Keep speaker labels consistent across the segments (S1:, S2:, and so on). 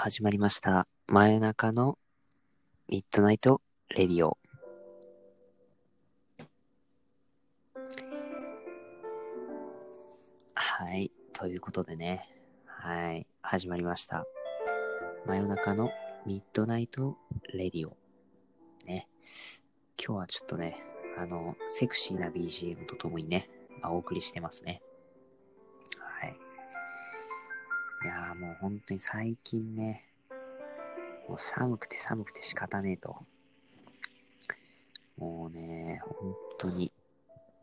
S1: 始まりました。真夜中のミッドナイトレディオ。はい。ということでね。はい。始まりました。真夜中のミッドナイトレディオ。ね。今日はちょっとね、あの、セクシーな BGM とともにね、まあお送りしてますね。はい。いやーもう本当に最近ね、もう寒くて寒くて仕方ねえと。もうね、本当に。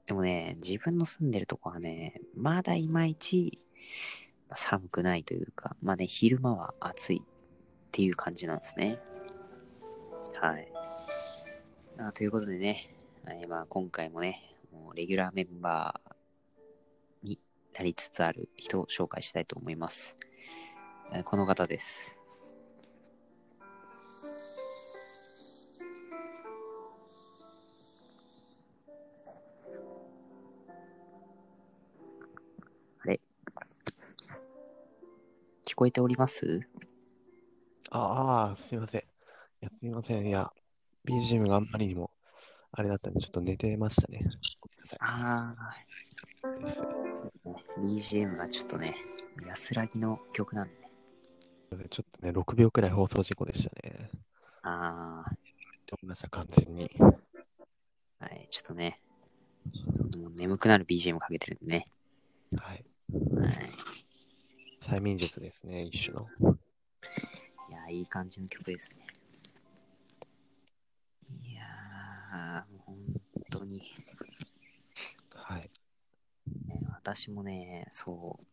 S1: でもね、自分の住んでるとこはね、まだいまいちまあ寒くないというか、まあね、昼間は暑いっていう感じなんですね。はい。あということでね、えーまあ、今回もね、もうレギュラーメンバーになりつつある人を紹介したいと思います。えーこの方です。あれ聞こえております
S2: ああ、すみません。いや、すみません。いや、BGM があんまりにも、あれだったんで、ちょっと寝てましたね。ごめんなさい。
S1: あ
S2: ですすい
S1: あ、BGM がちょっとね、安らぎの曲なんで。
S2: ませんちょっとね、6秒くらい放送事故でしたね。
S1: ああ、
S2: って思いました、完全に。
S1: はい、ちょっとね、ちょっともう眠くなる BGM かけてるんでね。
S2: はい。
S1: はい。
S2: 催眠術ですね、一種の。
S1: いやー、いい感じの曲ですね。いやー、もう本当に、
S2: はい。
S1: ね、私もね、そう、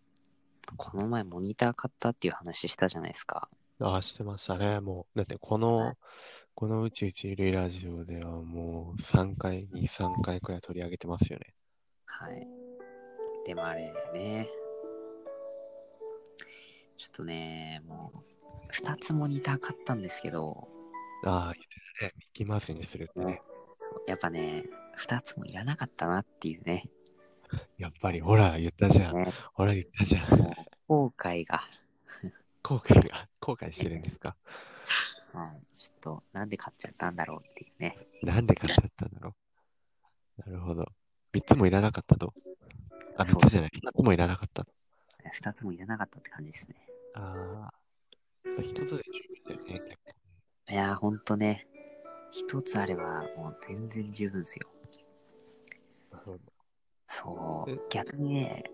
S1: この前モニター買ったっていう話したじゃないですか。
S2: ああ、してましたね。もう、だって、この、この宇宙一ゆるいラジオでは、もう、3回、2、3回くらい取り上げてますよね。
S1: はい。でもあれね、ちょっとね、もう、2つモニター買ったんですけど、
S2: ああ、言ってたね。ミッキーマウスにするってね。
S1: そうやっぱね、2つもいらなかったなっていうね、
S2: やっぱり、ほら、言ったじゃん。
S1: ね
S2: ほら、言ったじゃん。
S1: 後悔が、
S2: 後悔が、 後悔してるんですか
S1: はい、ちょっと、なんで買っちゃったんだろうっていうね。
S2: なんで買っちゃったんだろう。なるほど。3つもいらなかったと。あ、
S1: そう
S2: 3つじゃない。2つもいらなかった。
S1: 2つもいらなかったって感じですね。
S2: ああ。1つで十分だよね。
S1: いやー、ほんとね、1つあればもう全然十分ですよ。そ
S2: え
S1: う、逆にね、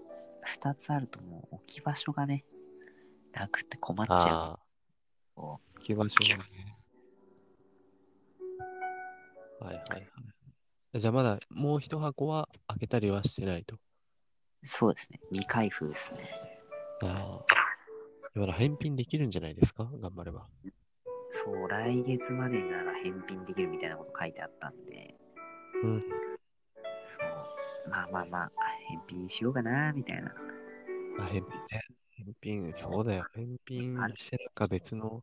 S1: 2つあるともう置き場所がね、なくて困っちゃう。
S2: ああ。基盤症ね。はいはいはい。じゃあまだもう一箱は開けたりはしてないと。
S1: そうですね、未開封ですね。
S2: ああ。まだ返品できるんじゃないですか頑張れば。
S1: そう、来月までなら返品できるみたいなこと書いてあったんで、
S2: うん。
S1: そう、まあまあまあ、返品しようかな、みたいな。
S2: あ、返品ね。返品、そうだよ。返品してなんか別の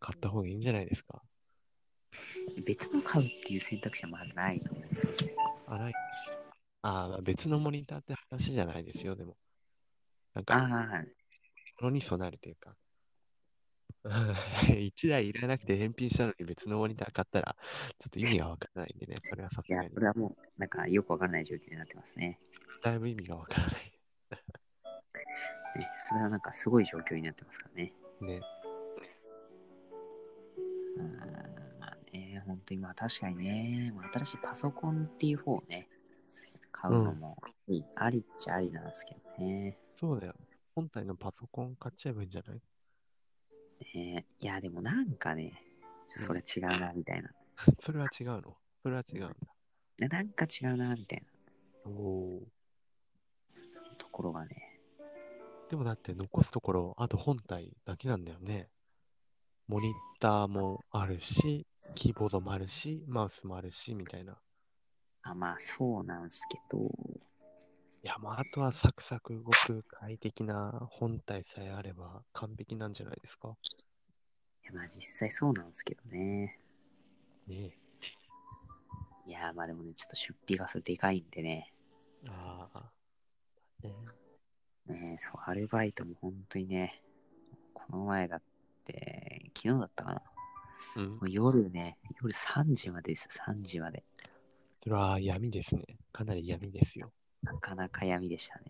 S2: 買った方がいいんじゃないですか。
S1: 別の買うっていう選択肢はまだないと思うんですよね。
S2: あない。あー、別のモニターって話じゃないですよ、でも。なんか、
S1: ああ、
S2: ものに備えるというか。1台いらなくて返品したのに別のモニター買ったら、ちょっと意味がわからないんでね、それはさ
S1: い
S2: す
S1: や
S2: が、に
S1: こ。れはもう、なんかよくわかんない状況になってますね。
S2: だいぶ意味がわからない。
S1: ね、それはなんかすごい状況になってますからね。
S2: ね。
S1: うーん、まあね、本当にまあ確かにね、まあ新しいパソコンっていう方をね、買うのもいい、ありっちゃありなんですけどね。
S2: そうだよ。本体のパソコン買っちゃえばいいんじゃない
S1: ねいや、でもなんかね、ちょそれ違うな、みたいな。
S2: それは違うのそれは違うんだ。
S1: ねなんか違うな、みたい
S2: おおー。
S1: な。そのところがね、
S2: でもだって残すところ、あと本体だけなんだよね。モニターもあるし、キーボードもあるし、マウスもあるし、みたいな。
S1: あまあそうなんですけど、
S2: いや、もうあとはサクサク動く快適な本体さえあれば完璧なんじゃないですか。
S1: いやまあ実際そうなんですけどね。
S2: ね
S1: いや、まあでもね、ちょっと出費がそれでかいんでね。
S2: え。ああ。ね
S1: ねえ、そう、アルバイトも本当にね、この前だっって、昨日だったかな。
S2: うん
S1: も。う夜ね、夜3時までです、3時まで。
S2: それは闇ですね。かなり闇ですよ。
S1: なかなか闇でしたね。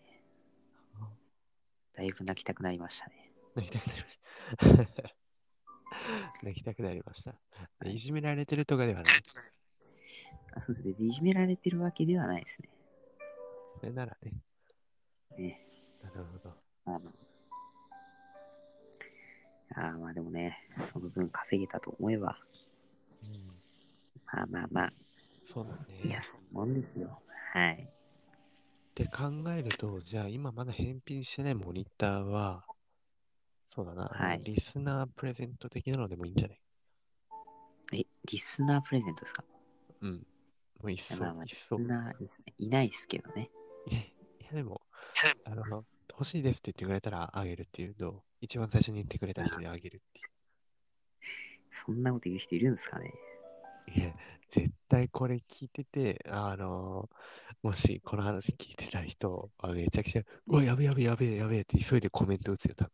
S1: だいぶ泣きたくなりましたね。
S2: 泣きたくなりました。 泣きたくなりました。でいじめられてるとかではない。
S1: あそうですね。別にいじめられてるわけではないですね。
S2: それならね。
S1: ね
S2: なるほど。
S1: あのあーまあでもね、その分稼げたと思えば、
S2: うん、
S1: まあまあまあ、
S2: そうだね。
S1: いや、そういうもんですよ。はい。
S2: って考えると、じゃあ今まだ返品してないモニターは、そうだな、
S1: はい
S2: リスナープレゼント的なのでもいいんじゃない
S1: え、リスナープレゼントですか
S2: うん。もういっそ、
S1: まあまあ
S2: いっそ。
S1: リスナーですね。いないですけどね。
S2: いやいや でも、あの、欲しいですって言ってくれたらあげるっていうと、一番最初に言ってくれた人にあげるっていう
S1: そんなこと言う人いるんですかね。
S2: いや、絶対これ聞いてて、あの、もしこの話聞いてた人はめちゃくちゃ、うわ、やべやべやべやべって急いでコメント打つよ、多分。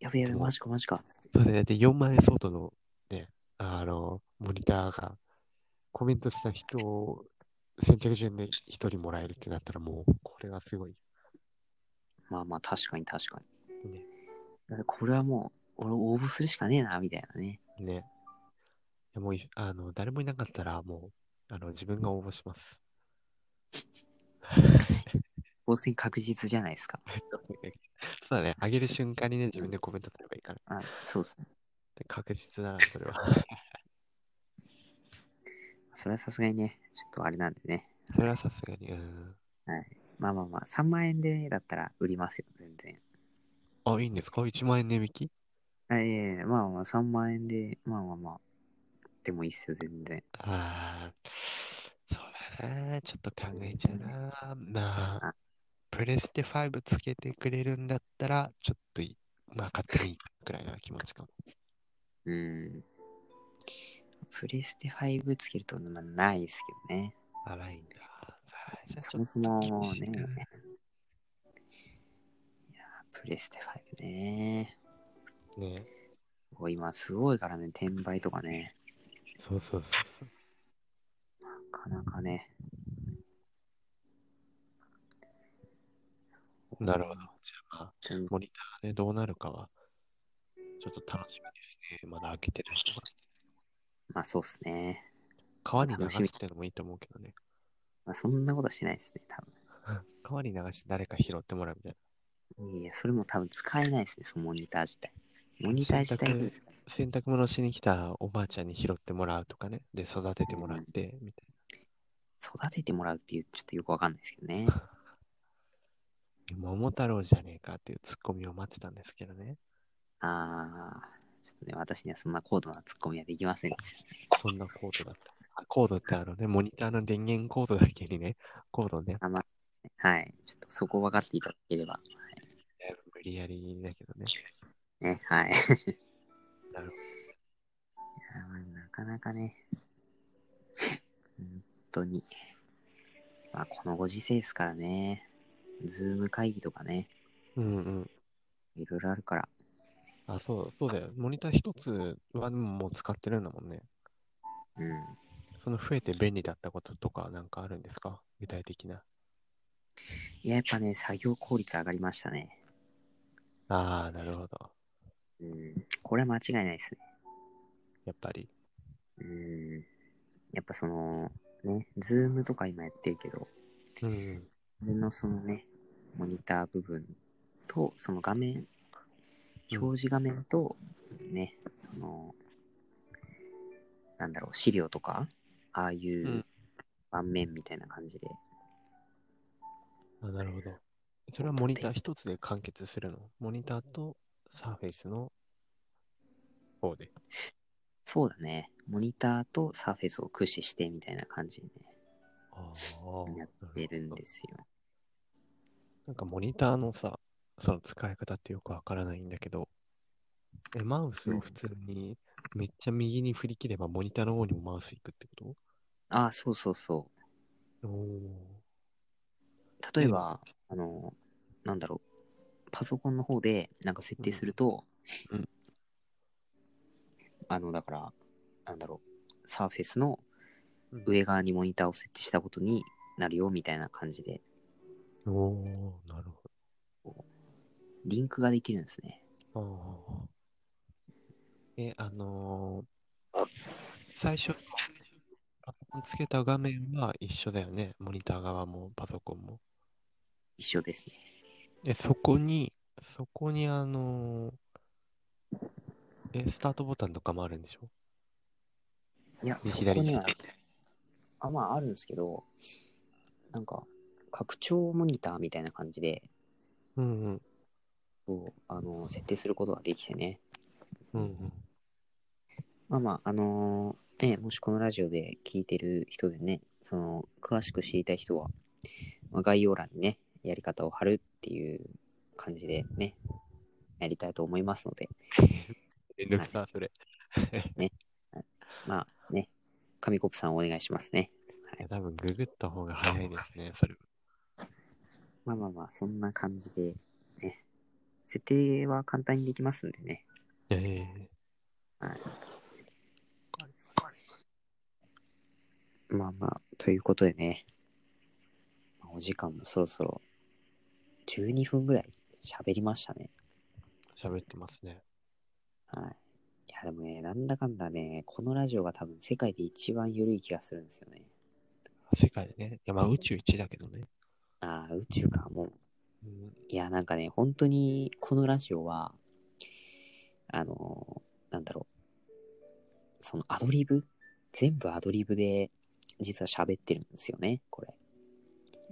S1: やべやべ、
S2: でも
S1: マジかマジか。
S2: そうですね、だって4万円相当の、ね、あの、モニターが、コメントした人を先着順で1人もらえるってなったらもう、これはすごい。
S1: まあまあ、確かに確かに。
S2: ね
S1: だからこれはもう、俺応募するしかねえな、みたいなね。
S2: ね。いやもうい、あの、誰もいなかったら、もう、あの、自分が応募します。
S1: 当選確実じゃないですか。
S2: そうだね、あげる瞬間にね、自分でコメントすればいいから。
S1: あそうですね。
S2: で確実だな、それは。
S1: それはさすがにね、ちょっとあれなんでね。
S2: それはさすがに、うん。
S1: まあまあまあ、3万円でだったら売りますよ、全然。
S2: あ、いいんですか ?1 万円値引き
S1: あいえいえ、まあまあ、3万円で、まあまあまあ、でもいいっすよ、全然。
S2: ああ、そうだな。ちょっと考えちゃうな。まあ、プレステ5つけてくれるんだったら、ちょっといい。まあ、買ってもいいくらいな気持ちかも。
S1: うん。プレステ5つけると、まあ、ないですけどね。
S2: あ、ないんだ。あーじゃあち
S1: そ
S2: ょ
S1: も
S2: っ
S1: そも
S2: と厳しい
S1: ね。い
S2: な
S1: や、プレステ5ね。
S2: ね。
S1: もう今すごいからね、転売とかね。
S2: そうそうそうそう。
S1: なかなかね。
S2: なるほど。じゃあ、まあ、
S1: うん
S2: モニターでどうなるかは、ちょっと楽しみですね。まだ開けてない人が。
S1: まあそうっすね。
S2: 川に流
S1: 楽しみ
S2: すってのもいいと思うけどね。
S1: まあそんなことはしないですね、多
S2: 川に流して誰か拾ってもらうみたいな。
S1: 分。いや、それも多分使えないですね、そのモニター自体。モニター自体
S2: 洗濯洗濯物しに来たおばあちゃんに拾ってもらうとかね。で、育ててもらって、みたい
S1: 育ててもらうっていう、ちょっとよくわかんないですけどね。
S2: な。桃太郎じゃねえかっていうツッコミを待ってたんですけどね。
S1: あー、ちょっとね、私にはそんな高度なツッコミはできませんでした。
S2: そんなコードだった。あコードってあのね、モニターの電源コードだけにね、コードね、
S1: あまあ、はい。ちょっとそこを分かっていただければ。
S2: 無理やりだけどね。
S1: ね、はい。
S2: なるほど
S1: いやまあなかなかね、本当に、まあ、このご時世ですからね、ズーム会議とかね、
S2: うんうん。
S1: いろいろあるから、
S2: あ、そう、そうだよ。モニター一つはでももう使ってるんだもんね。
S1: うん。
S2: その増えて便利だったこととかなんかあるんですか具体的な。
S1: いや、やっぱね、作業効率上がりましたね。
S2: ああ、なるほど。
S1: うん。これは間違いないですね。
S2: やっぱり。
S1: うん。やっぱその、ね、ズームとか今やってるけど、
S2: うん。
S1: それのそのね、モニター部分と、その画面、表示画面と、ね、その、なんだろう、資料とか、ああいうん盤面みたいな感じで、
S2: あ、なるほど。それはモニター一つで完結するのモニターとサーフェイスの方で。
S1: そうだね、モニターとサーフェスを駆使してみたいな感じで
S2: あ
S1: ね、や
S2: あ。
S1: ってるんですよ。
S2: なんかモニターのさ、その使い方ってよくわからないんだけど、え、マウスを普通にめっちゃ右に振り切ればモニターの方にもマウス行くってこ
S1: ああ、そうそうそ
S2: とおお
S1: う。例えば、あの、なんだろう、パソコンの方でなんか設定すると、
S2: うん
S1: あの、だから、なんだろう、サーフェスの
S2: うん
S1: 上側にモニターを設置したことになるよ、みたいな感じで、
S2: おー、なる
S1: リンクができるんですね。
S2: ほど。え、あのー最初、パソコンつけた画面は一緒だよね。モニター側もパソコンも。
S1: 一緒ですね。
S2: え、そこに、そこにあのーえ、スタートボタンとかもあるんでしょ
S1: いや、そ
S2: 左
S1: こに
S2: 左
S1: は、あ、まああるんですけど、なんか、拡張モニターみたいな感じで、
S2: うんうん。
S1: そう、あの、設定することができてね。
S2: うんうん。
S1: まあまあ、あのーね、もしこのラジオで聞いてる人でね、その、詳しく知りたい人は、まあ、概要欄にね、やり方を貼るっていう感じでね、やりたいと思いますので、
S2: めんどくさ、それ。
S1: まあね、紙コップさんお願いしますね。
S2: いや多分ググった方が早いですね、それ。
S1: まあまあまあ、そんな感じで、ね、設定は簡単にできますんでね。
S2: ええ
S1: まあまあ、ということでね、まあお時間もそろそろ12分ぐらい喋りましたね。
S2: 喋ってますね。
S1: はい。いや、でもね、なんだかんだね、このラジオが多分世界で一番緩い気がするんですよね。
S2: 世界でね。いや、まあ宇宙一だけどね。
S1: ああ、宇宙か、もう。
S2: うん、
S1: いや、なんかね、本当にこのラジオは、あのーなんだろう。そのアドリブ全部アドリブで、実は喋ってるんですよね、これ。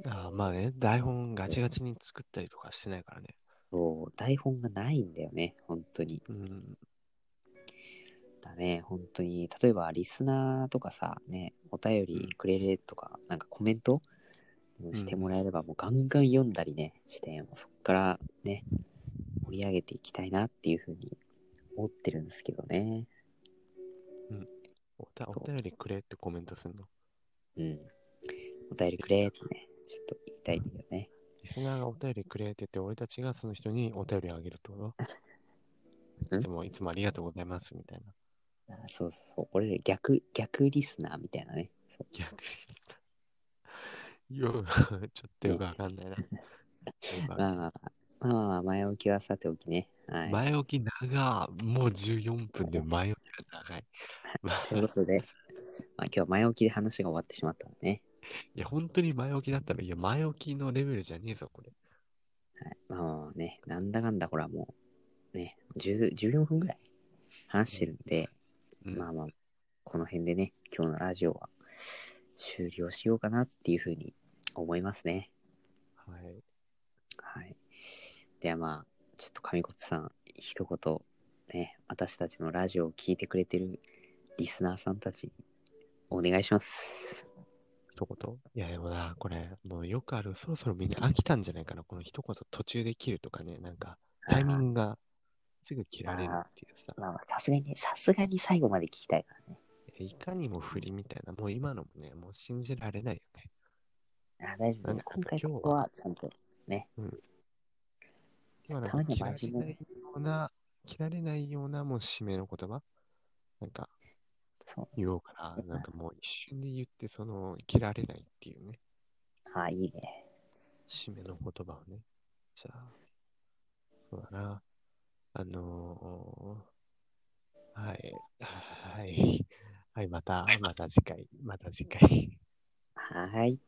S2: ああまあね、台本ガチガチに作ったりとかしてないからね。
S1: そう、台本がないんだよね、本当に。
S2: うん。
S1: だね、本当に。例えば、リスナーとかさ、ね、お便りくれるとか、なんかコメント
S2: ん
S1: してもらえれば、もうガンガン読んだりね、して、もうそこからね、盛り上げていきたいなっていうふうに思ってるんですけどね。
S2: おたお便りくれってコメントするの。
S1: うん。お便りくれってね、ちょっと言いたいんだよね。
S2: リスナーがお便りくれって言って、俺たちがその人にお便りあげるってこ
S1: う
S2: と
S1: ん
S2: いつも、いつもありがとうございますみたいな。
S1: あそうそうそう。俺、逆、逆リスナーみたいなね。そう
S2: 逆 にした。よ、ちょっとよくわかんないな。よくわかん
S1: まあまあまあ、まあまあ、前置きはさておきね。は
S2: ない
S1: い。
S2: 前置き長もう14分で前置きが長い。まあ
S1: ということで、まあ、今日は前置きで話が終わってしまったのでね。
S2: いや、本当に前置きだったら、いや、前置きのレベルじゃねえぞ、これ。
S1: まあまあまあね、なんだかんだほらもう、ね、10 14分ぐらい話してるんで、
S2: うん
S1: まあまあ、この辺でね、今日のラジオは終了しようかなっていうふうに思いますね。
S2: はい。
S1: はい。ではまあ、ちょっと紙コップさん、一言、ね、私たちのラジオを聞いてくれてるリスナーさんたちにお願いします。
S2: 一言。いや、でもな、これ、もうよくある、そろそろみんな飽きたんじゃないかな。この一言途中で切るとかね、なんか、タイミングがすぐ切られるっていうさ、
S1: まあまあ、さすがに、さすがに最後まで聞きたいからね。
S2: いかにも振りみたいな、もう今のもね、もう信じられないよね。
S1: あ大丈夫、
S2: なん
S1: ね
S2: だ。
S1: 今回
S2: 今日は
S1: ここはちゃんとね。
S2: うん今なん
S1: た
S2: か
S1: まに
S2: 切
S1: は
S2: ら
S1: 真面目
S2: れな
S1: に
S2: いような、切られないような、もう締めの言葉なんか
S1: そう。
S2: 言おうから、なんかもう一瞬で言って、その、切られないっていうね、
S1: あいいね。
S2: 締めの言葉をね。じゃあ、そうだな。あのー、はい、はい、はい、また、また次回、また次回。
S1: はーい。